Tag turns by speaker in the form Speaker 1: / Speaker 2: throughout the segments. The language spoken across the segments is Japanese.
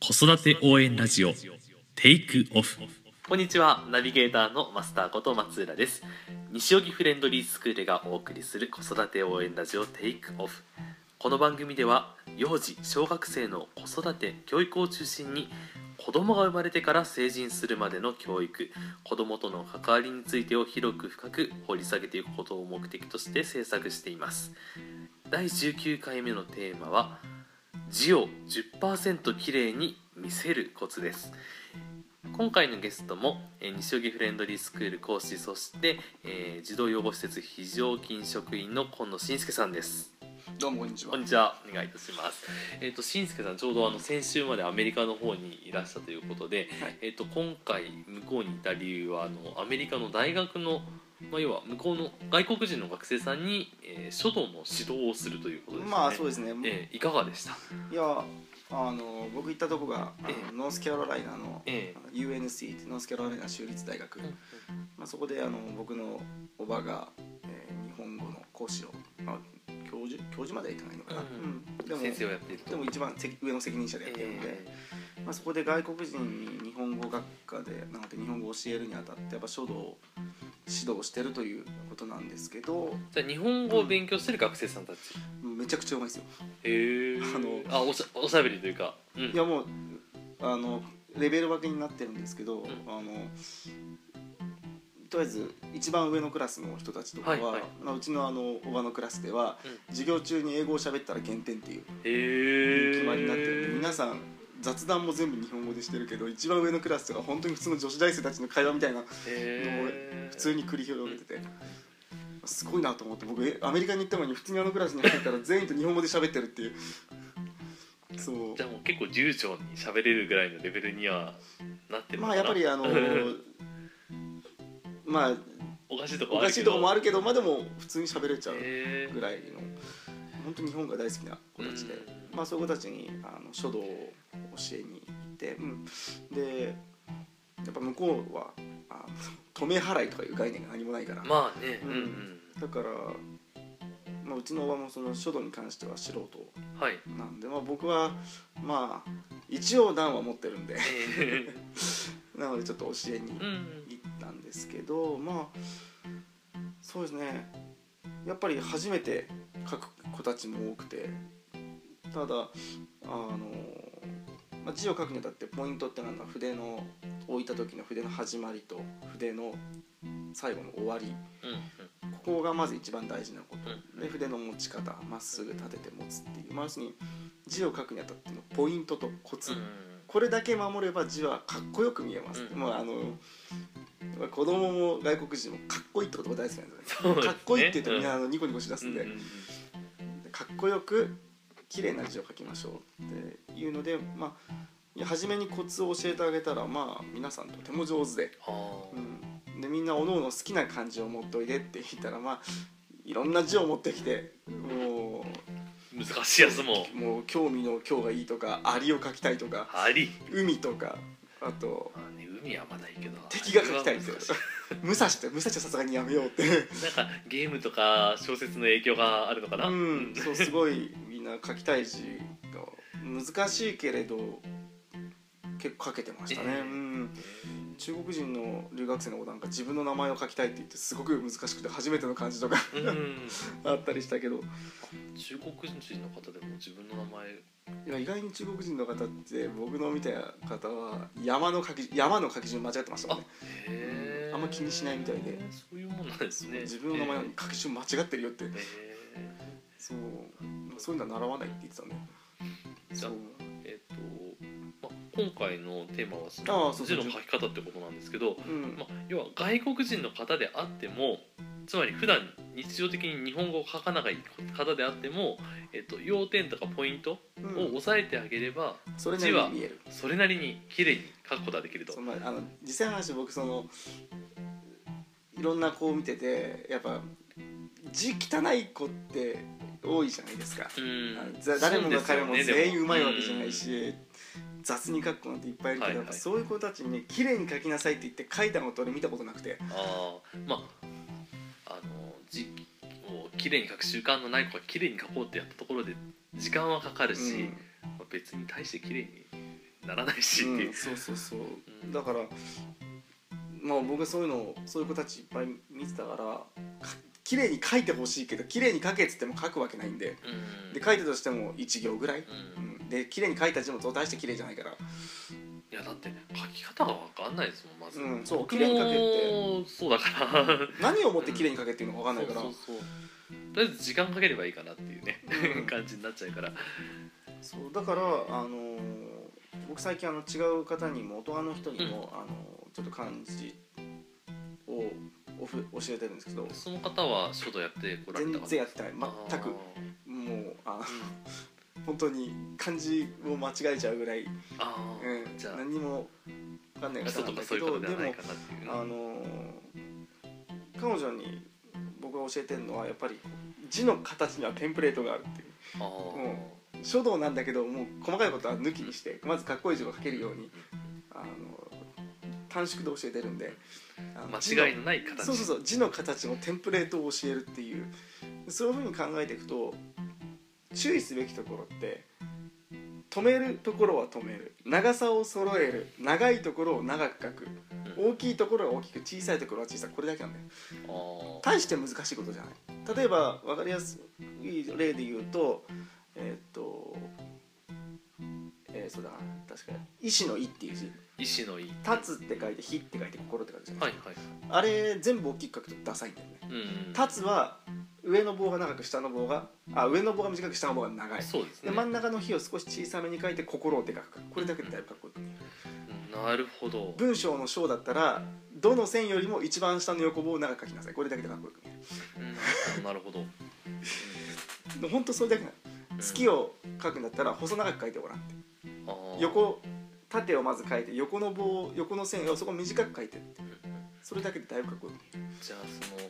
Speaker 1: 子育て応援ラジオテイクオフ
Speaker 2: こんにちはナビゲーターのマスターこと松浦です西荻フレンドリースクールがお送りする子育て応援ラジオテイクオフこの番組では幼児小学生の子育て教育を中心に子供が生まれてから成人するまでの教育子供との関わりについてを広く深く掘り下げていくことを目的として制作しています第19回目のテーマは字を10%きれいに見せるコツです今回のゲストも、えー西荻フレンドリースクール講師そして、えー児童養護施設非常勤職員の今野信介さんです
Speaker 3: どうもこんにちは
Speaker 2: こん。にちはお願いいたしますえっ、と信介さんちょうどあの先週までアメリカの方にいらしたということで、
Speaker 3: はい
Speaker 2: えっ、と今回向こうにいた理由はあのアメリカの大学のまあ、要は向こうの外国人の学生さんに、えー書道の指導をするということですね。
Speaker 3: まあそうですね。
Speaker 2: えーいかがでした。
Speaker 3: いやあの僕行ったとこがあの
Speaker 2: ええ
Speaker 3: ノースキャロライナの
Speaker 2: え
Speaker 3: UNC ってノースキャロライナ州立大学。
Speaker 2: え
Speaker 3: まあそこであの僕のおばが、えー日本語の講師を、まあ教授教授まではいかないのかな。
Speaker 2: うん
Speaker 3: うんでも
Speaker 2: 先生をやっていると
Speaker 3: でも一番責上の責任者でやってるので、
Speaker 2: え
Speaker 3: まあそこで外国人に日本語学科でなんか日本語を教えるにあたってやっぱ書道を指導してるということなんですけど、
Speaker 2: ーじゃあ日本語を勉強してる学生さんたち、
Speaker 3: めちゃくちゃうまいですよ。
Speaker 2: へえ
Speaker 3: あ
Speaker 2: あおしゃおしゃべりというか、うん、
Speaker 3: いやもうあのレベル分けになってるんですけど、
Speaker 2: ん
Speaker 3: あのとりあえず一番上のクラスの人たちとかは、
Speaker 2: はいはい
Speaker 3: まあうちのあのおばのクラスでは、
Speaker 2: うん
Speaker 3: 授業中に英語を喋ったら減点っていう
Speaker 2: へえ
Speaker 3: 決まりになってるんで、皆さん雑談も全部日本語でしてるけど一番上のクラスとか本当に普通の女子大生たちの会話みたいな
Speaker 2: へー
Speaker 3: 普通に繰り広げてて。すごいなと思って僕えアメリカに行ったのに普通にあのクラスに入ったら全員と日本語で喋ってるっていうそう
Speaker 2: じゃあもう結構流暢に喋れるぐらいのレベルにはなってるのか
Speaker 3: ま
Speaker 2: な
Speaker 3: あやっぱりあの まあ
Speaker 2: おかしいとこ
Speaker 3: おかしいとこもあ
Speaker 2: る
Speaker 3: るけどまあでも普通に喋れち
Speaker 2: け
Speaker 3: ゃう
Speaker 2: どへ
Speaker 3: ぐらいの本当に日本が大好きな子たちで
Speaker 2: うん
Speaker 3: まあそういう子たちにあの書道を教えに行って、うんでやっぱ向こうはあの止め払いとかいう概念が何もないから、
Speaker 2: ーまあねう
Speaker 3: うんん
Speaker 2: うん、
Speaker 3: だから、まあ、うちのおばもその書道に関しては素人
Speaker 2: はい
Speaker 3: なんで、まあ、僕はまあ一応段は持ってるんで
Speaker 2: え
Speaker 3: なのでちょっと教えに
Speaker 2: ーうん
Speaker 3: 行ったんですけどまあそうですねやっぱり初めて書く子たちも多くてただあの、まあ、字を書くにあたってポイントってのは筆の置いた時の筆の始まりと筆の最後の終わり
Speaker 2: うんうん
Speaker 3: ここがまず一番大事なこと
Speaker 2: うん
Speaker 3: で筆の持ち方まっすぐ立てて持つっていうまあ要するに字を書くにあたってのポイントとコツ、これだけ守れば字はかっこよく見えます、
Speaker 2: うん
Speaker 3: もうあの子供も外国人もかっこいいって言葉大好きなんですよね
Speaker 2: そうですね
Speaker 3: かっこいいって言うとみんなあのニコニコしだす
Speaker 2: うん
Speaker 3: ん
Speaker 2: うんう
Speaker 3: で、
Speaker 2: ん
Speaker 3: かっこよく綺麗な字を書きましょうっていうのでまあいや初めにコツを教えてあげたらまあ皆さんとても上手で、
Speaker 2: あー
Speaker 3: うん、でみんなおのおの好きな漢字を持っておいでって言ったらまあいろんな字を持ってきても
Speaker 2: 難しいやつも
Speaker 3: うもう興味の「興」がいいとか「アリ」を書きたいとか
Speaker 2: あり
Speaker 3: 「海」とかあと
Speaker 2: まあね海はまだいいけど
Speaker 3: 敵が書きたいんですよ
Speaker 2: あれは難し
Speaker 3: 武蔵って武蔵はさすがにやめようって
Speaker 2: なんかゲームとか小説の影響があるのかな。
Speaker 3: うんそうすごいみんな書きたい字が難しいけれど結構書けてましたね、
Speaker 2: ええ
Speaker 3: うん、中国人の留学生の子なんか自分の名前を書きたいって言ってすごく難しくて初めての漢字とか
Speaker 2: うん
Speaker 3: あったりしたけど
Speaker 2: 中国人の方でも自分の名前。
Speaker 3: いや意外に中国人の方って僕の見た方は山の書き山の書き順間違ってましたもんね
Speaker 2: へー
Speaker 3: あんま気にしないみたいで。
Speaker 2: そういうもんなんですね。
Speaker 3: 自分の名前なのに書き順間違ってるよって
Speaker 2: えー。
Speaker 3: そうそういうのは習わないって言ってたねそう
Speaker 2: えーえーと、ま今回のテーマはそ
Speaker 3: あ
Speaker 2: の
Speaker 3: ーそう
Speaker 2: 字
Speaker 3: そう
Speaker 2: の書き方ってことなんですけど、
Speaker 3: うん
Speaker 2: ま要は外国人の方であっても。つまり普段日常的に日本語を書かない方であっても、えっと、要点とかポイント
Speaker 3: う
Speaker 2: を
Speaker 3: ん
Speaker 2: 押さえてあげれば
Speaker 3: それなりに見える
Speaker 2: それなりに綺麗に書くことができると
Speaker 3: そのあの実際の話僕そのいろんな子を見ててやっぱ字汚い子って多いじゃないですか、あのざ誰もが彼も全員うまいわけじゃない、し、雑に書く子なんていっぱいいるけど、
Speaker 2: はいはい
Speaker 3: やっぱそういう子たちにね綺麗に書きなさいって言って書いたのって俺見たことなくて
Speaker 2: うんああまああの字を綺麗に書く習慣のない子が綺麗に書こうってやったところで時間はかかるし、
Speaker 3: うん
Speaker 2: まあ別に大して綺麗にならないしっていう
Speaker 3: うん、そうそうそう
Speaker 2: うん
Speaker 3: だからまあ僕はそういうのをそういう子たちいっぱい見てたからか綺麗に書いてほしいけど綺麗に書けっつっても書くわけないんで
Speaker 2: うん
Speaker 3: で書いてたとしても1行ぐらい、
Speaker 2: う
Speaker 3: うんん、で綺麗に書いた字も大して綺麗じゃないから
Speaker 2: いやだって書き方が分かんないですもんまず、
Speaker 3: うんそう
Speaker 2: 僕
Speaker 3: 綺麗に書け
Speaker 2: もそうだから分
Speaker 3: 何をもって綺麗に書けっていうのか分かんないから、
Speaker 2: そうそうそうとりあえず時間かければいいかなっていうね、
Speaker 3: う ん
Speaker 2: 感じになっちゃうから
Speaker 3: そうだから、あのー僕最近あの違う方にも大人の人にも、あのーちょっと漢字をおふ教えてるんですけど
Speaker 2: その方は書道やってこられた
Speaker 3: 全
Speaker 2: 方
Speaker 3: 然やってない全くもうあの本当に漢字を間違えちゃうぐらい、う
Speaker 2: あーあー、
Speaker 3: ん、
Speaker 2: じゃ
Speaker 3: 何にも分かんない
Speaker 2: あ
Speaker 3: 方
Speaker 2: 人
Speaker 3: な
Speaker 2: と
Speaker 3: んだ
Speaker 2: かそう
Speaker 3: け
Speaker 2: いうこと
Speaker 3: ど
Speaker 2: で
Speaker 3: で
Speaker 2: はない
Speaker 3: も
Speaker 2: かなっていう
Speaker 3: あのー彼女に僕が教えてるのはやっぱり字の形にはテンプレートがあるっていう
Speaker 2: あー
Speaker 3: うん書道なんだけどもう細かいことは抜きにしてまずかっこいい字を書けるようにあの短縮で教えてるんであの字の
Speaker 2: 間違いのない形
Speaker 3: そうそうそう字の形のテンプレートを教えるっていうそういうふうに考えていくと注意すべきところって止めるところは止める長さを揃える長いところを長く書く
Speaker 2: うん
Speaker 3: 大きいところは大きく小さいところは小さいこれだけなんだよ
Speaker 2: あー
Speaker 3: 大して難しいことじゃない例えば分かりやすい例で言うとえーっとえーそうだな確か「医師の「医」っていう字
Speaker 2: 意志のいい
Speaker 3: 「立つ」って書いて「火」って書いて「心」って書いてじゃな
Speaker 2: はいいはい
Speaker 3: あれ全部大きく書くとダサいんだよね
Speaker 2: うん
Speaker 3: 立つは上の棒が長く下の棒があ上の棒が短く下の棒が長い
Speaker 2: そうです
Speaker 3: で
Speaker 2: ね
Speaker 3: 真ん中の火を少し小さめに書いて「心」って書くこれだけでだいぶかっこいい
Speaker 2: うんなるほど
Speaker 3: 文章の章だったらどの線よりも一番下の横棒を長く書きなさいこれだけでかっこよく見える
Speaker 2: うんなるほど
Speaker 3: でほんとそれだけなの月
Speaker 2: を
Speaker 3: を書くんだったら細長く書いてごらんって横縦をまず書いて横の棒を横の線をそこ短く書いてってそれだけでだいぶかっこよく見
Speaker 2: じゃあその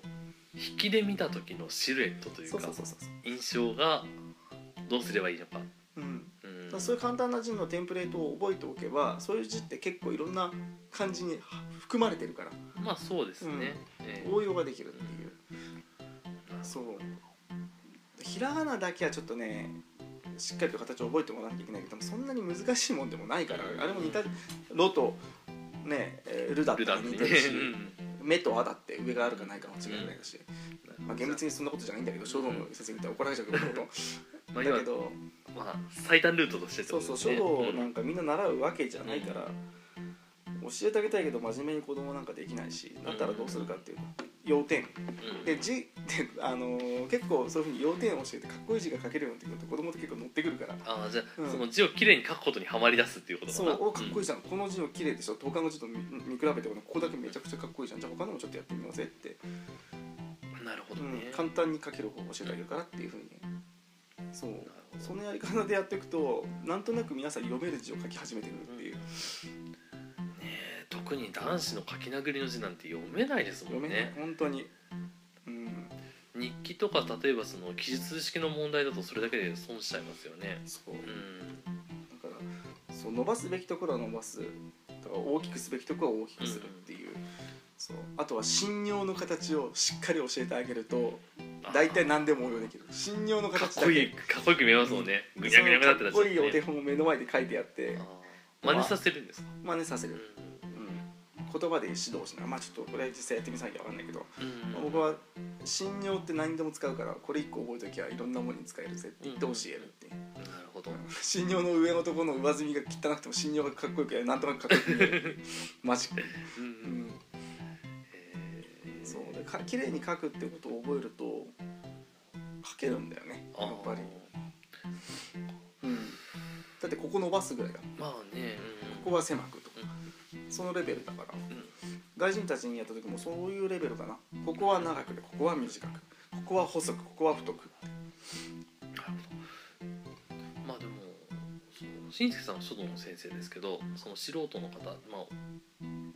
Speaker 2: 引きで見た時のシルエットと
Speaker 3: え
Speaker 2: い
Speaker 3: る
Speaker 2: う
Speaker 3: そう
Speaker 2: か
Speaker 3: そうそうそうそ
Speaker 2: 印象がどうすればいいのか、
Speaker 3: う、うん、
Speaker 2: うん
Speaker 3: だからそういう簡単な字のテンプレートを覚えておけばそういう字って結構いろんな漢字に含まれてるから
Speaker 2: まあそうですね、
Speaker 3: うん
Speaker 2: ええ
Speaker 3: 応用ができるっていうそうひらがなだけはちょっとねしっかりと形を覚えてもらわなきゃいけないけどもそんなに難しいもんでもないからあれも似た「ろ」と「ねえーる」だった
Speaker 2: ルダ
Speaker 3: ら
Speaker 2: ー
Speaker 3: 似
Speaker 2: に
Speaker 3: て
Speaker 2: ね
Speaker 3: る し
Speaker 2: うん
Speaker 3: 目と「あ」だって上があるかないかも違いないだし、まあ、厳密にそんなことじゃないんだけど書道の先生みたいに怒られちゃうけど
Speaker 2: まあ
Speaker 3: だ
Speaker 2: 今
Speaker 3: けど
Speaker 2: まあ最短ルートとしてって
Speaker 3: そ
Speaker 2: こ
Speaker 3: う
Speaker 2: と
Speaker 3: そう
Speaker 2: です
Speaker 3: 書
Speaker 2: ね
Speaker 3: 道
Speaker 2: う
Speaker 3: なんんかみんな習うわけじゃないから教えてあげたいけど真面目に子供なんかできないしだったらどうするかっていうと要点
Speaker 2: うん
Speaker 3: で字って、あのー結構そういうふうに要点を教えてかっこいい字が書けるようになってくると子供って結構乗ってくるから
Speaker 2: ああじゃあ、
Speaker 3: うん
Speaker 2: その字をきれいに書くことにはまり出すっていうことか
Speaker 3: そ
Speaker 2: な
Speaker 3: うおかっこいい
Speaker 2: い、
Speaker 3: じゃん、この字の綺麗でしょ他の字と見見比べてもここだけめちゃくちゃかっこいいじゃんじゃあ他のもちょっとやってみようぜって、
Speaker 2: うんなるほ
Speaker 3: う
Speaker 2: ど
Speaker 3: ん
Speaker 2: ね、
Speaker 3: 簡単に書ける方法を教えてあげるからっていうふうにそう
Speaker 2: なるほど
Speaker 3: そのやり方でやっていくとなんとなく皆さん読める字を書き始めてくるっていう、
Speaker 2: ねえ特に男子の書き殴りの字なんて読めないですも
Speaker 3: 読め
Speaker 2: ん
Speaker 3: ない、
Speaker 2: ね
Speaker 3: 本当にうん
Speaker 2: 日記とか例えばその記述式の問題だとそれだけで損しちゃいますよね
Speaker 3: そう
Speaker 2: うん
Speaker 3: だからそう伸ばすべきところは伸ばすだから大きくすべきところは大きくするっていう,、そうあとは信用の形をしっかり教えてあげると
Speaker 2: あー
Speaker 3: 大体何でも応用できる信用の
Speaker 2: か
Speaker 3: 形
Speaker 2: っ
Speaker 3: だ
Speaker 2: こいい
Speaker 3: け
Speaker 2: かっこよく見えますもんね
Speaker 3: そ
Speaker 2: ぐ
Speaker 3: の
Speaker 2: にゃぐにゃぐにゃって
Speaker 3: か
Speaker 2: な
Speaker 3: っ
Speaker 2: っちゃ
Speaker 3: こ
Speaker 2: っ
Speaker 3: い
Speaker 2: て、ね、
Speaker 3: いお手本を目の前で書いてやって
Speaker 2: あー真似させるんですか、
Speaker 3: 真似させ
Speaker 2: うん
Speaker 3: る、うん、言葉で指導しなまあちょっとこれ実際やってみないと分かんないけど、
Speaker 2: うん
Speaker 3: まあ僕は信用って何でも使うからこれ一個覚えときゃいろんなものに使えるぜって言って教えるっていう、
Speaker 2: なるほど
Speaker 3: 信用の上のところの上積みが汚くても信用がかっこよくやるなんとなくかっこよくやるマジック、
Speaker 2: うんう
Speaker 3: うんん、
Speaker 2: へー
Speaker 3: そうでか綺麗に書くってことを覚えると書けるんだよね
Speaker 2: あー
Speaker 3: やっぱり、うん、だってここ伸ばすぐらいだこ
Speaker 2: まあね、うん
Speaker 3: こは狭くとかそのレベルだから
Speaker 2: うん
Speaker 3: 外人たちにやった時もそういうレベルだなここは長くでここは短くここは細くここは太く
Speaker 2: なるほどまあでもその新助さんは書道の先生ですけどその素人の方、まあ、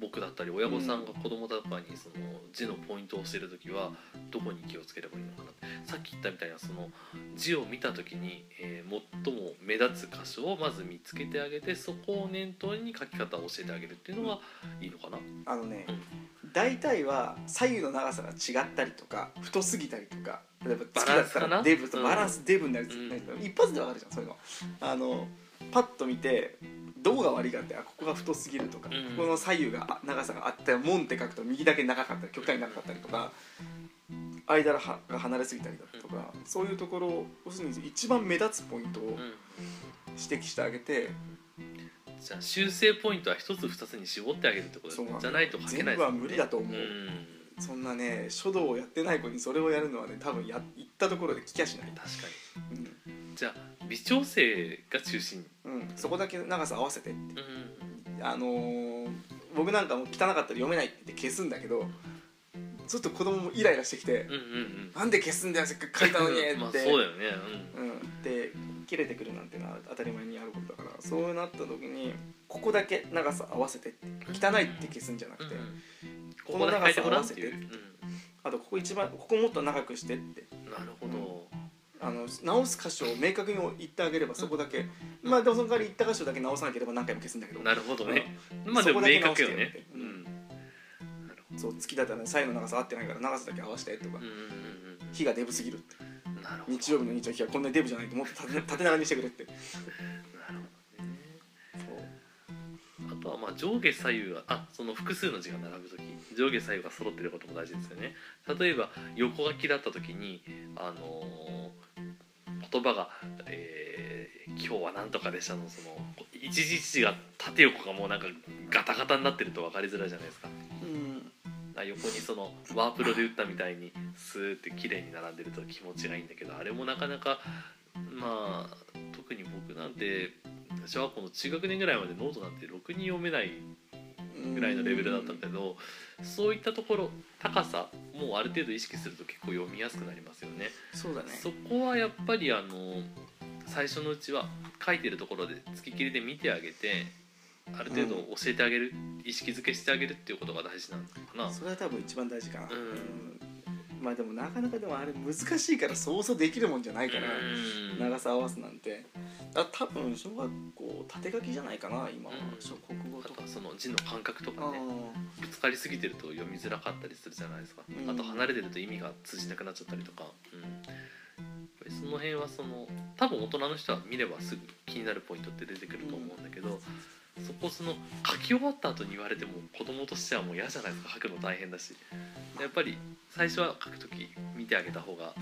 Speaker 2: 僕だったり親御さんが子供だとかにその字のポイントを教える時はどこに気をつければいいのかなってさっき言ったみたいなその字を見た時に、えー最も目立つ箇所をまず見つけてあげてそこを念頭に書き方を教えてあげるっていうのがいいのかな。
Speaker 3: あのね大体は左右の長さが違ったりとか太すぎたりとか例えば月だ
Speaker 2: バラ
Speaker 3: った
Speaker 2: ンスかな
Speaker 3: らデブと
Speaker 2: うん
Speaker 3: バランスデブになる、
Speaker 2: うん
Speaker 3: 一発でわかるじゃんそういうのあのパッと見てどこが悪いかってあここが太すぎるとか、
Speaker 2: うん
Speaker 3: ここの左右があ長さがあって門って書くと右だけ長かったり極端に長かったりとか間がはが離れすぎたりだとか、そういうところを要するに一番目立つポイントを
Speaker 2: うん
Speaker 3: 指摘してあげて、
Speaker 2: じゃあ修正ポイントは一つ二つに絞ってあげるってこと
Speaker 3: そうなんだ
Speaker 2: じゃないと書けない
Speaker 3: 全部は無理だと思う、
Speaker 2: うん
Speaker 3: そんなね書道をやってない子にそれをやるのはね多分や言ったところで聞きゃしない、
Speaker 2: 確か
Speaker 3: う
Speaker 2: にじゃあ微調整が中心
Speaker 3: んうん、そこだけ長さ合わせてって
Speaker 2: うん
Speaker 3: あのー僕なんかも汚かったら読めないって消すんだけどちょっと子供もイライラしてきて
Speaker 2: うんうん
Speaker 3: 「なんで消すんだよせっかく書いたのに」って、
Speaker 2: まあそうだよね
Speaker 3: うん、で切れてくるなんてのは当たり前にあることだからそうなった時にここだけ長さ合わせてって汚いって消すんじゃな
Speaker 2: う
Speaker 3: く
Speaker 2: ん
Speaker 3: て、
Speaker 2: うん
Speaker 3: こ
Speaker 2: こ
Speaker 3: の
Speaker 2: こだけ
Speaker 3: 長
Speaker 2: 変えて
Speaker 3: さ合
Speaker 2: ごら
Speaker 3: わ
Speaker 2: んっ
Speaker 3: せ
Speaker 2: て
Speaker 3: て
Speaker 2: いう
Speaker 3: あとここ一番ここもっと長くしてって
Speaker 2: うんなるほど
Speaker 3: あの直す箇所を明確に言ってあげればそこだけ、まあでもその代わり言った箇所だけ直さなければ何回も消すんだけど
Speaker 2: なるほどね
Speaker 3: うん
Speaker 2: まあでも
Speaker 3: そこだけ
Speaker 2: 明確
Speaker 3: 直してよ
Speaker 2: よね
Speaker 3: って
Speaker 2: う
Speaker 3: うん
Speaker 2: んなるほ
Speaker 3: そう月だったら左右の長さ合ってないから長さだけ合わせてと
Speaker 2: ど
Speaker 3: か、
Speaker 2: うんうんうん
Speaker 3: 日がデブすぎるって
Speaker 2: うんなるほど
Speaker 3: 日曜日の日曜日はこんなにデブじゃないともっと縦縦長にしてくれって
Speaker 2: なるほどねあとはまあ上下左右があその複数の字が並ぶ時上下左右が揃ってることも大事ですよね例えば横書きだった時にあのー言葉が、えー今日はなんとかでした」のその一字一字が縦横がもうなんかガタガタになってると分かりづらいじゃないですか
Speaker 3: うん
Speaker 2: あ横にそのワープロで打ったみたいにスーって綺麗に並んでると気持ちがいいんだけどあれもなかなかまあ特に僕なんて小学校の中学年ぐらいまでノートなんてろくに読めないぐらいのレベルだったんだけどそういったところ高さもうある程度意識すると結構読みやすくなりますよね。
Speaker 3: そうだね
Speaker 2: そこはやっぱりあの最初のうちは書いてるところで付きっきりで見てあげてある程度教えてあげる、意識づけしてあげるっていうことが大事なのかな。
Speaker 3: それは多分一番大事かな、
Speaker 2: うん
Speaker 3: まあでもなかなかでもあれ難しいからそうそうできるもんじゃないから、
Speaker 2: うん
Speaker 3: 長さ合わすなんてだ多分小学校縦書きじゃないかな今は、
Speaker 2: うん
Speaker 3: 小国語
Speaker 2: あ
Speaker 3: と
Speaker 2: と
Speaker 3: か
Speaker 2: はその字の感覚とか
Speaker 3: あ
Speaker 2: ね
Speaker 3: ー
Speaker 2: ぶつかりすぎてると読みづらかったりするじゃないですか、
Speaker 3: うん
Speaker 2: あと離れてると意味が通じなくなっちゃったりとか、うん、やっぱりその辺はその多分大人の人は見ればすぐ気になるポイントって出てくると思うんだけど、そこその書き終わった後に言われても子供としてはもう嫌じゃないですか書くの大変だしやっぱり最初は書く時見てあげた方が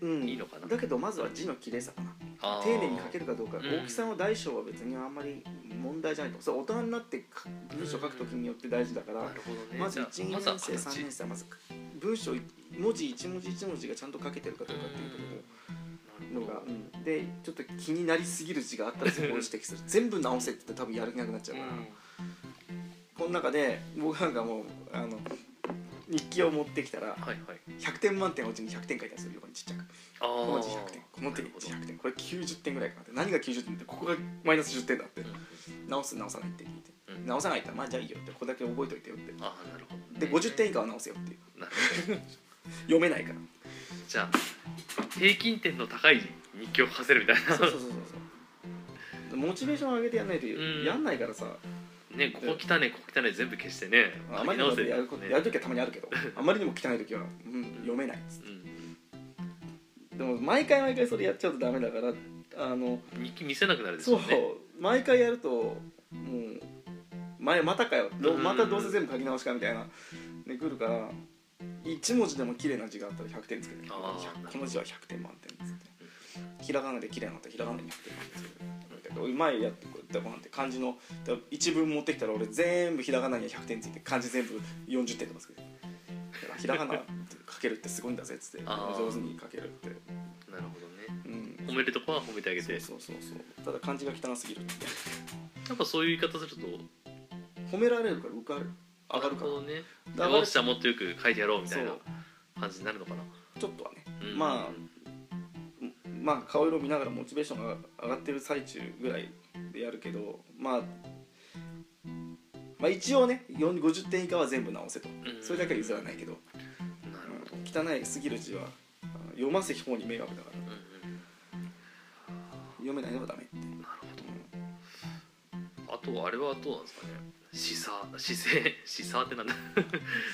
Speaker 3: うん
Speaker 2: いいのかな
Speaker 3: だけどまずは字の綺麗さかな
Speaker 2: あー
Speaker 3: 丁寧に書けるかどうか、
Speaker 2: うん
Speaker 3: 大きさの大小は別にあんまり問題じゃないと思うそれ大人になってか文章書くときによって大事だから、
Speaker 2: なるほどね
Speaker 3: まず
Speaker 2: じゃあ
Speaker 3: 1年
Speaker 2: まずは
Speaker 3: 生3
Speaker 2: 形
Speaker 3: 年生はまず文章文字一文字一文字がちゃんと書けてるかどうかっていうところ
Speaker 2: うん
Speaker 3: のが、うんでちょっと気になりすぎる字があったらそこを指摘する全部直せって言って多分やる気なくなっちゃうから、この中で僕なんかもうあの日記を持ってきたら
Speaker 2: うんはいはい
Speaker 3: 100点満点のうちに100点書いてあるんですよ横にちっちゃく
Speaker 2: あー
Speaker 3: この字100点この手
Speaker 2: なるほど
Speaker 3: 100点これ90点ぐらいかなって何が90点ってここがマイナス10点だって直す直さないって聞いて
Speaker 2: うん
Speaker 3: 直さないってまあじゃあいいよってここだけ覚えといてよって
Speaker 2: あーなるほどね
Speaker 3: で50点以下は直せよっていう
Speaker 2: なるほど
Speaker 3: 読めない から
Speaker 2: じゃあ平均点の高い日記を書かせるみたいな
Speaker 3: そうそうそうそうそうモチベーション上げてやんないと
Speaker 2: うん
Speaker 3: やんないからさ
Speaker 2: ねここ汚ねここ汚ね全部消してね
Speaker 3: あまりにもやること
Speaker 2: ね
Speaker 3: やる時はたまにあるけどあまりにも汚い時は、うん、読めないっつっ
Speaker 2: うん
Speaker 3: てでも毎回毎回それやっちゃうとダメだからあの
Speaker 2: 日記見せなくなるでし
Speaker 3: そ
Speaker 2: ょ
Speaker 3: う
Speaker 2: うね
Speaker 3: 毎回やるともう前またかよど
Speaker 2: うん
Speaker 3: またどうせ全部書き直しかみたいなで来るから1文字でも綺麗な字があったら100点つけて
Speaker 2: あー
Speaker 3: 100この字は100点満点っつってひらがなで綺麗なのとひらがなに100点満点つけて俺前やってこうやってこうなんて漢字のだから一文持ってきたら俺全部ひらがなには100点ついて漢字全部40点とかつけてだからひらがな書けるってすごいんだぜっつって
Speaker 2: あー
Speaker 3: 上手に書けるって、
Speaker 2: なるほどね
Speaker 3: うん、
Speaker 2: 褒めるとこは褒めてあげてや
Speaker 3: そうそうそうただ漢字が汚すぎるって
Speaker 2: っぱそういう言い方すると
Speaker 3: 褒められるから受かる上がる
Speaker 2: な
Speaker 3: か
Speaker 2: ほ
Speaker 3: ら
Speaker 2: どね
Speaker 3: だから
Speaker 2: よっしゃもっとよく書いてやろうみたいな
Speaker 3: そう
Speaker 2: 感じになるのかな
Speaker 3: ちょっとはね、
Speaker 2: うん
Speaker 3: まあまあ顔色見ながらモチベーションが上がってる最中ぐらいでやるけどまあまあ一応ね4 50点以下は全部直せと
Speaker 2: ん
Speaker 3: それだけは譲らないけど、
Speaker 2: なるほど
Speaker 3: 汚いすぎる字はあの読ませる方に迷惑だから
Speaker 2: うんうん
Speaker 3: 読めないのはダメって、
Speaker 2: なるほどあとはあれはどうなんですかね姿勢姿勢姿勢ってなんだ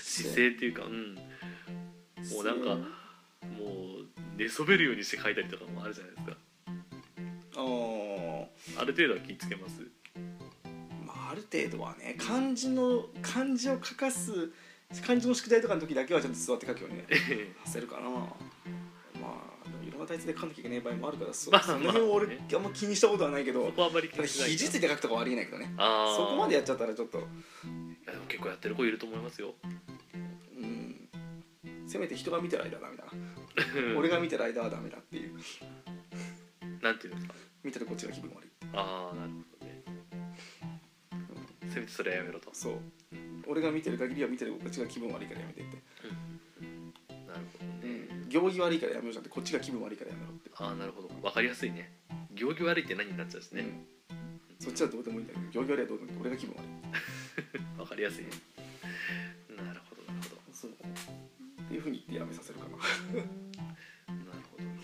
Speaker 2: 姿勢っていうかうんもうなんかもう寝そべるようにして書いたりとかもあるじゃないですか
Speaker 3: あー
Speaker 2: ある程度は気ぃつけます
Speaker 3: 程度はね漢字の漢字を書かす漢字の宿題とかの時だけはちゃんと座って書くようにねさせるかなまあでもいろんな体勢で書かなきゃいけない場合もあるからそ,、
Speaker 2: まあ
Speaker 3: その辺は俺、
Speaker 2: まあね
Speaker 3: あんま気にしたことはないけ
Speaker 2: そ
Speaker 3: ど
Speaker 2: こはあんまり気
Speaker 3: ただ
Speaker 2: にしない
Speaker 3: 肘ついて書くとかはありえないけどね
Speaker 2: あー
Speaker 3: そこまでやっちゃったらちょっと、
Speaker 2: いやでも結構やってる子いると思いますよ
Speaker 3: うん、せめて人が見てる間はダメだな俺が見てる間はダメだっていう
Speaker 2: なんていうんですか
Speaker 3: 見てるこっちが気分悪い
Speaker 2: ああなるほどねせめてそれはやめろと
Speaker 3: そう俺が見てる限りは見てるこっちが気分悪いからやめてって、
Speaker 2: なるほど
Speaker 3: う
Speaker 2: ね
Speaker 3: ん、行儀悪いからやめようじゃなくてこっちが気分悪いからやめろって、
Speaker 2: ああなるほどわかりやすいね行儀悪いって何になっちゃうしね
Speaker 3: うんそっちはどうでもいいんだけど行儀悪いはどうでもいい俺が気分悪い
Speaker 2: わかりやすいねなるほどなるほど
Speaker 3: そうっていうふうに言ってやめさせるかな
Speaker 2: なるほどね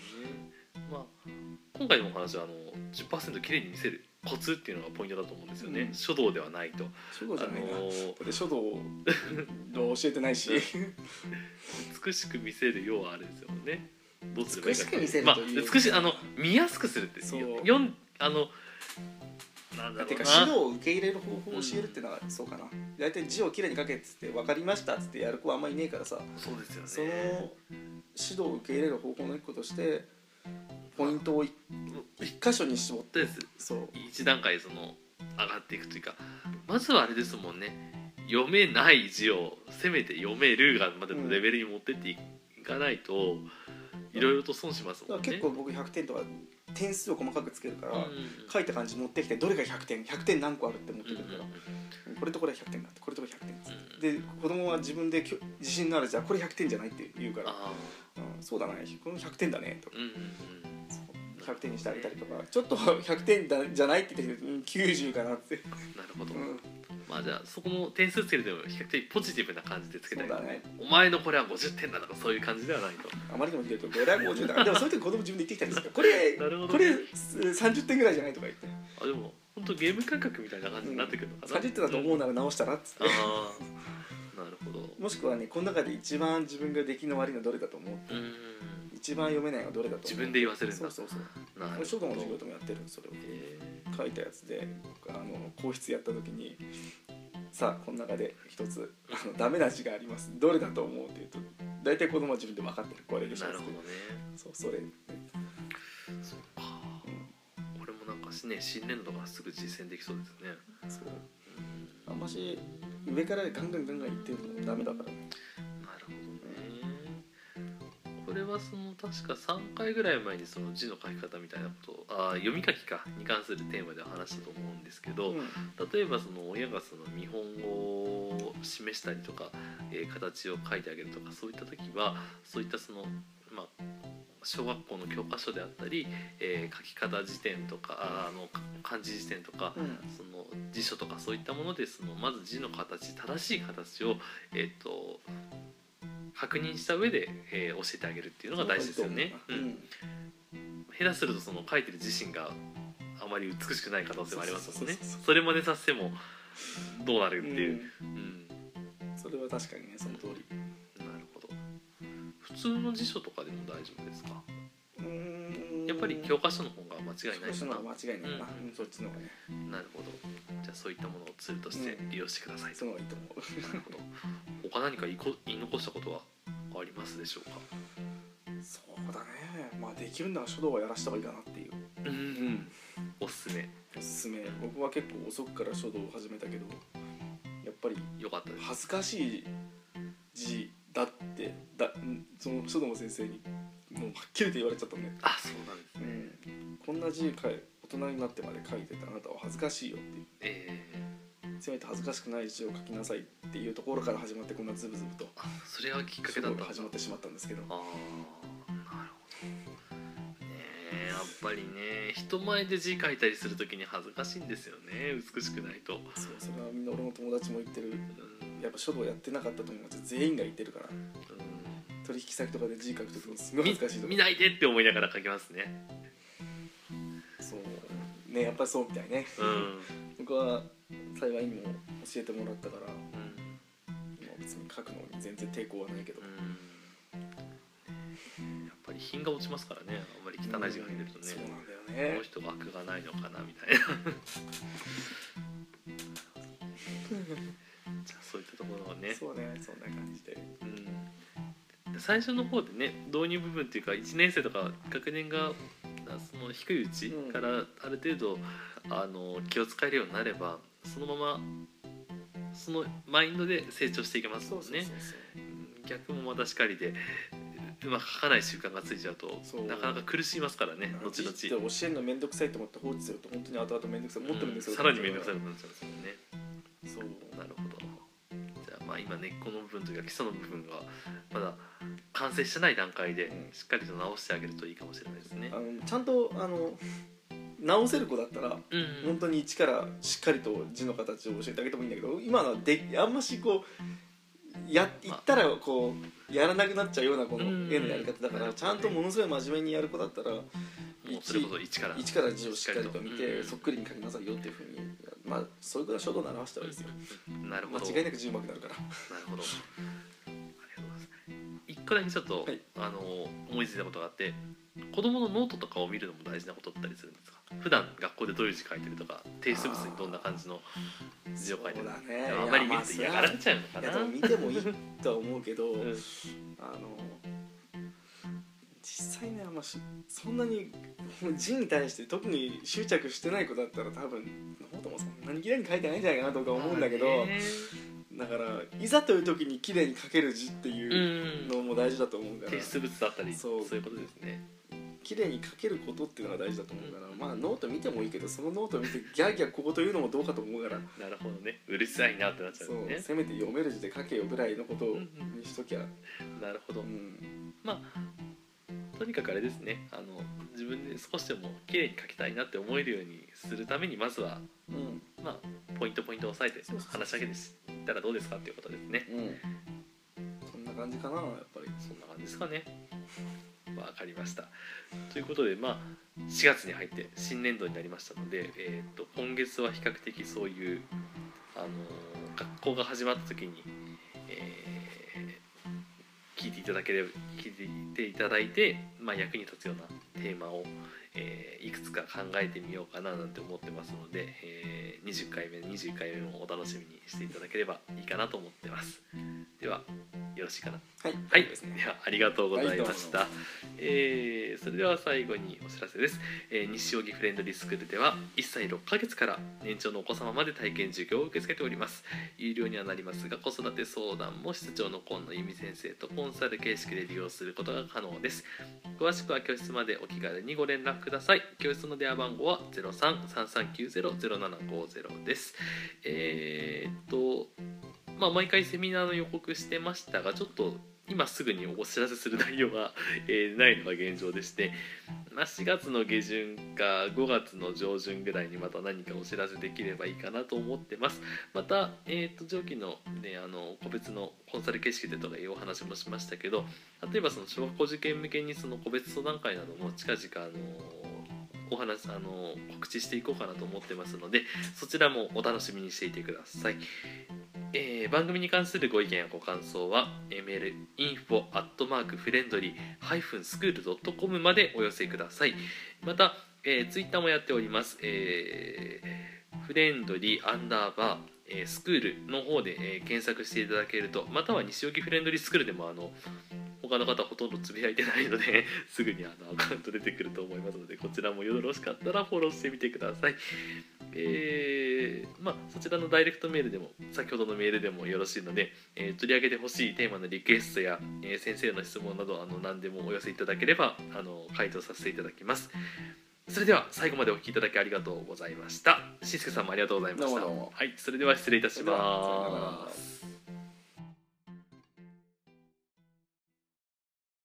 Speaker 2: まあ今回のお話はあの10%きれいに見せるコツっていうのがポイントだと思うんですよね、
Speaker 3: うん
Speaker 2: 書道ではないと
Speaker 3: 書道じゃないな、
Speaker 2: あのー
Speaker 3: だって書道を教えてないし
Speaker 2: 美しく見せるようはあれですよねどうすればいいかって
Speaker 3: 美しく見せる
Speaker 2: まあ
Speaker 3: というより
Speaker 2: 美しあの見やすくするって
Speaker 3: そう
Speaker 2: よんあのなんだろ
Speaker 3: て
Speaker 2: う
Speaker 3: か
Speaker 2: な
Speaker 3: 指導を受け入れる方法を教えるってのはそうかな大体字をきれいに書けっつって分かりましたっつってやる子はあんまりいねえからさ
Speaker 2: そうですよね
Speaker 3: その指導を受け入れる方法の一個としてポイントをい一箇所に絞って
Speaker 2: です
Speaker 3: そう
Speaker 2: 一段階その上がっていくというかまずはあれですもんね読めない字をせめて読めるがまでのレベルに持ってっていかないと、いろいろと損します
Speaker 3: だか
Speaker 2: も
Speaker 3: ら
Speaker 2: んね
Speaker 3: 結構僕100点とか点数を細かくつけるから、
Speaker 2: うんうん
Speaker 3: 書いた感じ持ってきてどれが100点100点何個あるって持ってくるから、
Speaker 2: う
Speaker 3: これとこれは100点だってこれとこれ100点っつっ
Speaker 2: んうんうん
Speaker 3: てで子供は自分できょ自信のあるじゃあこれ100点じゃないって言うから、
Speaker 2: あ
Speaker 3: うん、そうだねこの100点だねと
Speaker 2: ーうんうん
Speaker 3: 100点にしてあげたりとかちょっと100点だじゃないって言ってる時に90かなって、
Speaker 2: うんなるほ
Speaker 3: う
Speaker 2: ど、
Speaker 3: ん、
Speaker 2: まあじゃあそこも点数つけるでも比較的ポジティブな感じでつけた
Speaker 3: そう
Speaker 2: り、
Speaker 3: だね
Speaker 2: お前のこれは50点だとかそういう感じではないと
Speaker 3: あまりにもひどいとこれは50だから でもそういう時子供自分で言ってきたりするからこれ
Speaker 2: なるほど
Speaker 3: これす30点ぐらいじゃないとか言って、
Speaker 2: あでも本当ゲーム感覚みたいな感じになってくるのかな、
Speaker 3: 30点だと思うなら直したらっつって
Speaker 2: ああなるほど
Speaker 3: もしくはねこの中で一番自分が出来の悪いのはどれだと思う
Speaker 2: うん
Speaker 3: 一番読めないのはどれだと思う
Speaker 2: 自分で言わせるんだ
Speaker 3: そうそうそう
Speaker 2: なるほ
Speaker 3: 俺
Speaker 2: ど
Speaker 3: 書道の授業でもやってるそれを
Speaker 2: え
Speaker 3: 書いたやつであの皇室やった時にさあこの中で一つあのダメな字がありますどれだと思うって言うと大体子供は自分で分かってるこれで
Speaker 2: ー
Speaker 3: しょ
Speaker 2: なるほどね
Speaker 3: そうそれ
Speaker 2: そっかこれもなんかしね新年度がすぐ実践できそうですね
Speaker 3: そうあんまし上からガンガンガンガン言ってるのダメだからね
Speaker 2: なるほどねこれはその確か3回ぐらい前にその字の書き方みたいなことあー読み書きかに関するテーマでは話したと思うんですけど、
Speaker 3: うん
Speaker 2: 例えばその親がその見本を示したりとか、えー形を書いてあげるとかそういった時はそういったその、まあ、小学校の教科書であったり、えー書き方辞典とかあーあのか漢字辞典とか、
Speaker 3: うん
Speaker 2: その辞書とかそういったものでそのまず字の形正しい形を、えー、と確認した上で、えー教えてあげるっていうのが大事ですよね。
Speaker 3: う
Speaker 2: うん
Speaker 3: ん
Speaker 2: 下手するとその書いてる自身があまり美しくない可能性もありますもんね
Speaker 3: そうそうそうそう
Speaker 2: それ真似させてもどうなるって
Speaker 3: う
Speaker 2: いう、
Speaker 3: ん
Speaker 2: うん
Speaker 3: それは確かにねその通り
Speaker 2: なるほど普通の辞書とかでも大丈夫ですか
Speaker 3: うーん
Speaker 2: やっぱり教科書の方が間違いな
Speaker 3: 教科
Speaker 2: いか
Speaker 3: 書の
Speaker 2: な
Speaker 3: は間違いないな、
Speaker 2: うん
Speaker 3: うんそっちの方がね
Speaker 2: なるほどじゃあそういったものをツールとして利用してください
Speaker 3: そ
Speaker 2: と、
Speaker 3: の方がいいと思
Speaker 2: なるほど他
Speaker 3: う
Speaker 2: 何か言いこ言い残したことはありますでしょうか
Speaker 3: そうだねまあできるなら書道はやらした方がいいかなっていう
Speaker 2: うんうんおすすめ
Speaker 3: おすすめ僕は結構遅くから書道を始めたけどやっぱり
Speaker 2: よかったです
Speaker 3: 恥ずかしい字だってだんその書道の先生にもうはっきりと言われちゃったね、
Speaker 2: あそうなんです
Speaker 3: う
Speaker 2: ね、
Speaker 3: ん、こんな字書い大人になってまで書いてたあなたは恥ずかしいよって
Speaker 2: ええ
Speaker 3: せめて恥ずかしくない字を書きなさいっていうところから始まってこんなズブズブと
Speaker 2: あそれがきっかけ
Speaker 3: 書
Speaker 2: だったん
Speaker 3: 道が
Speaker 2: だ
Speaker 3: 始まってしまったんですけど
Speaker 2: ああなるほどねえやっぱりね人前で字書いたりするときに恥ずかしいんですよね美しくないと、
Speaker 3: そうそれはみんな俺の友達も言ってる
Speaker 2: うん
Speaker 3: やっぱ書道やってなかった友達全員が言ってるから取引先とかで字書くときもすごい恥ずかしいと
Speaker 2: 見
Speaker 3: か
Speaker 2: 見ないでって思いながら書きますね
Speaker 3: そうねやっぱりそうみたいね
Speaker 2: うん、
Speaker 3: 僕は幸いにも教えてもらったから、ま
Speaker 2: うん
Speaker 3: あ、別に書くのに全然抵抗はないけど、
Speaker 2: うんやっぱり品が落ちますからねあんまり汚い字が入れるとね、
Speaker 3: そうなんだ
Speaker 2: こ
Speaker 3: よ
Speaker 2: の
Speaker 3: ね
Speaker 2: 人が悪がないのかなみたいなじゃあそういったところをね
Speaker 3: そうねそんな感じで
Speaker 2: うん最初の方でね導入部分っていうか1年生とか学年があその低いうち
Speaker 3: うん
Speaker 2: からある程度、あの気を使えるようになればそのままそのマインドで成長していけます
Speaker 3: そ
Speaker 2: も
Speaker 3: うんそうそう
Speaker 2: ね
Speaker 3: そ
Speaker 2: う
Speaker 3: う
Speaker 2: ん逆もまたしかりでうまく書かない習慣がついちゃうと
Speaker 3: そう
Speaker 2: なかなか苦しみますからね後
Speaker 3: 事実
Speaker 2: 々、
Speaker 3: 教えるの面倒くさいと思って放置すると本当に後々面倒くさいもっと面
Speaker 2: うん
Speaker 3: 倒くさ
Speaker 2: さら
Speaker 3: い、
Speaker 2: に面倒くさくなっちゃうんですよね
Speaker 3: いそう
Speaker 2: なるほどじゃあまあ今根っこの部分というか基礎の部分がまだ完成してない段階で
Speaker 3: うん
Speaker 2: しっかりと直してあげるといいかもしれないですね
Speaker 3: あ、のちゃんとあの直せる子だったら
Speaker 2: うん
Speaker 3: 本当に一からしっかりと字の形を教えてあげてもいいんだけど今のはであんましこうや言ったらこうやらなくなっちゃうようなこの
Speaker 2: うん
Speaker 3: 絵のやり方だからちゃんとものすごい真面目にやる子だったら
Speaker 2: もうそれこそ一から
Speaker 3: 一から字をしっかりと見
Speaker 2: う
Speaker 3: て
Speaker 2: ん
Speaker 3: そっくりに書きなさいよっていうふうにまあそういうことは書道を習わせた方がいいですよ
Speaker 2: うんなるほど
Speaker 3: 間違いなく字うまくなるから
Speaker 2: なるほどありがとうございます一個だけちょっと、
Speaker 3: はい
Speaker 2: あの思いついたことがあって子供のノートとかを見るのも大事なことだったりするんですか普段学校でどういう字書いてるとか提出物にどんな感じの字を書いて
Speaker 3: そう
Speaker 2: る
Speaker 3: だ
Speaker 2: と
Speaker 3: ね
Speaker 2: かあんまり見ると嫌がられちゃうのか
Speaker 3: いや
Speaker 2: な
Speaker 3: でも見てもいいとは思うけど、
Speaker 2: うん
Speaker 3: あの実際ねあんましそんなに字に対して特に執着してない子だったら多分ノートもそんなに綺麗に書いてないんじゃないかなとか思うんだけど、
Speaker 2: まあね
Speaker 3: だからいざという時に綺麗に書ける字ってい
Speaker 2: うん
Speaker 3: うのも大事だと思うから
Speaker 2: 提出物だったり
Speaker 3: そ
Speaker 2: そうういうことですね
Speaker 3: 綺麗に書けることっていうのが大事だと思うから、まあノート見てもいいけどそのノート見てギャーギャーここというのもどうかと思うから、
Speaker 2: なるほどねうるさいなってなっちゃ
Speaker 3: そううん
Speaker 2: でね
Speaker 3: せめて読める字で書けよぐらいのことにしときゃ、
Speaker 2: なるほど
Speaker 3: うん
Speaker 2: まあとにかくあれですねあの自分で少しでも綺麗に書きたいなって思えるようにするためにまずは
Speaker 3: うん
Speaker 2: まあポイントポイントを押さえて
Speaker 3: そうそうそう
Speaker 2: 話し上げていったらどうですかっていうことですね
Speaker 3: うん、そんな感じかなやっぱり
Speaker 2: そんな感じですかねわかりましたということでまあ4月に入って新年度になりましたので、えー、と今月は比較的そういう、あのー学校が始まった時に、えー聞いていただければ聞いていただいて、まあ、役に立つようなテーマを、えーいくつか考えてみようかななんて思ってますので、えー20回目21回目もお楽しみにしていただければいいかなと思ってますではよろしいかな
Speaker 3: はい、
Speaker 2: はい、
Speaker 3: です
Speaker 2: で
Speaker 3: ね。
Speaker 2: はありがとうございました、
Speaker 3: はい
Speaker 2: えーそれでは最後にお知らせです、えー西荻フレンドリースクールでは1歳6ヶ月から年長のお子様まで体験授業を受け付けております有料にはなりますが子育て相談も室長の今野由美先生とコンサル形式で利用することが可能です詳しくは教室までお気軽にご連絡ください教室の電話番号は0333900750ですえーっとまあ、毎回セミナーの予告してましたがちょっと今すぐにお知らせする内容が、えーないのが現状でして、まあ、4月の下旬か5月の上旬ぐらいにまた何かお知らせできればいいかなと思ってますまた、えー、と上記の,、ね、あの個別のコンサル形式でとかいうお話もしましたけど例えばその小学校受験向けにその個別相談会なども近々あのお話あの告知していこうかなと思ってますのでそちらもお楽しみにしていてくださいえー番組に関するご意見やご感想は、えーメール info アットマークフレンドリー -school.com までお寄せくださいまた、えー、ツイッターもやっております、えーフレンドリーアンダーバーえースクールの方で、えー検索していただけるとまたは西荻フレンドリースクールでもあの他の方ほとんどつぶやいてないので すぐにあのアカウント出てくると思いますのでこちらもよろしかったらフォローしてみてくださいえーまあ、そちらのダイレクトメールでも先ほどのメールでもよろしいので、えー取り上げてほしいテーマのリクエストや、えー先生の質問などあの何でもお寄せいただければあの回答させていただきますそれでは最後までお聞きいただきありがとうございましたしすけさんもありがとうございました
Speaker 3: どうもどうも
Speaker 2: はい、それでは失礼いたし
Speaker 3: それではさような
Speaker 2: ま
Speaker 3: ら
Speaker 2: す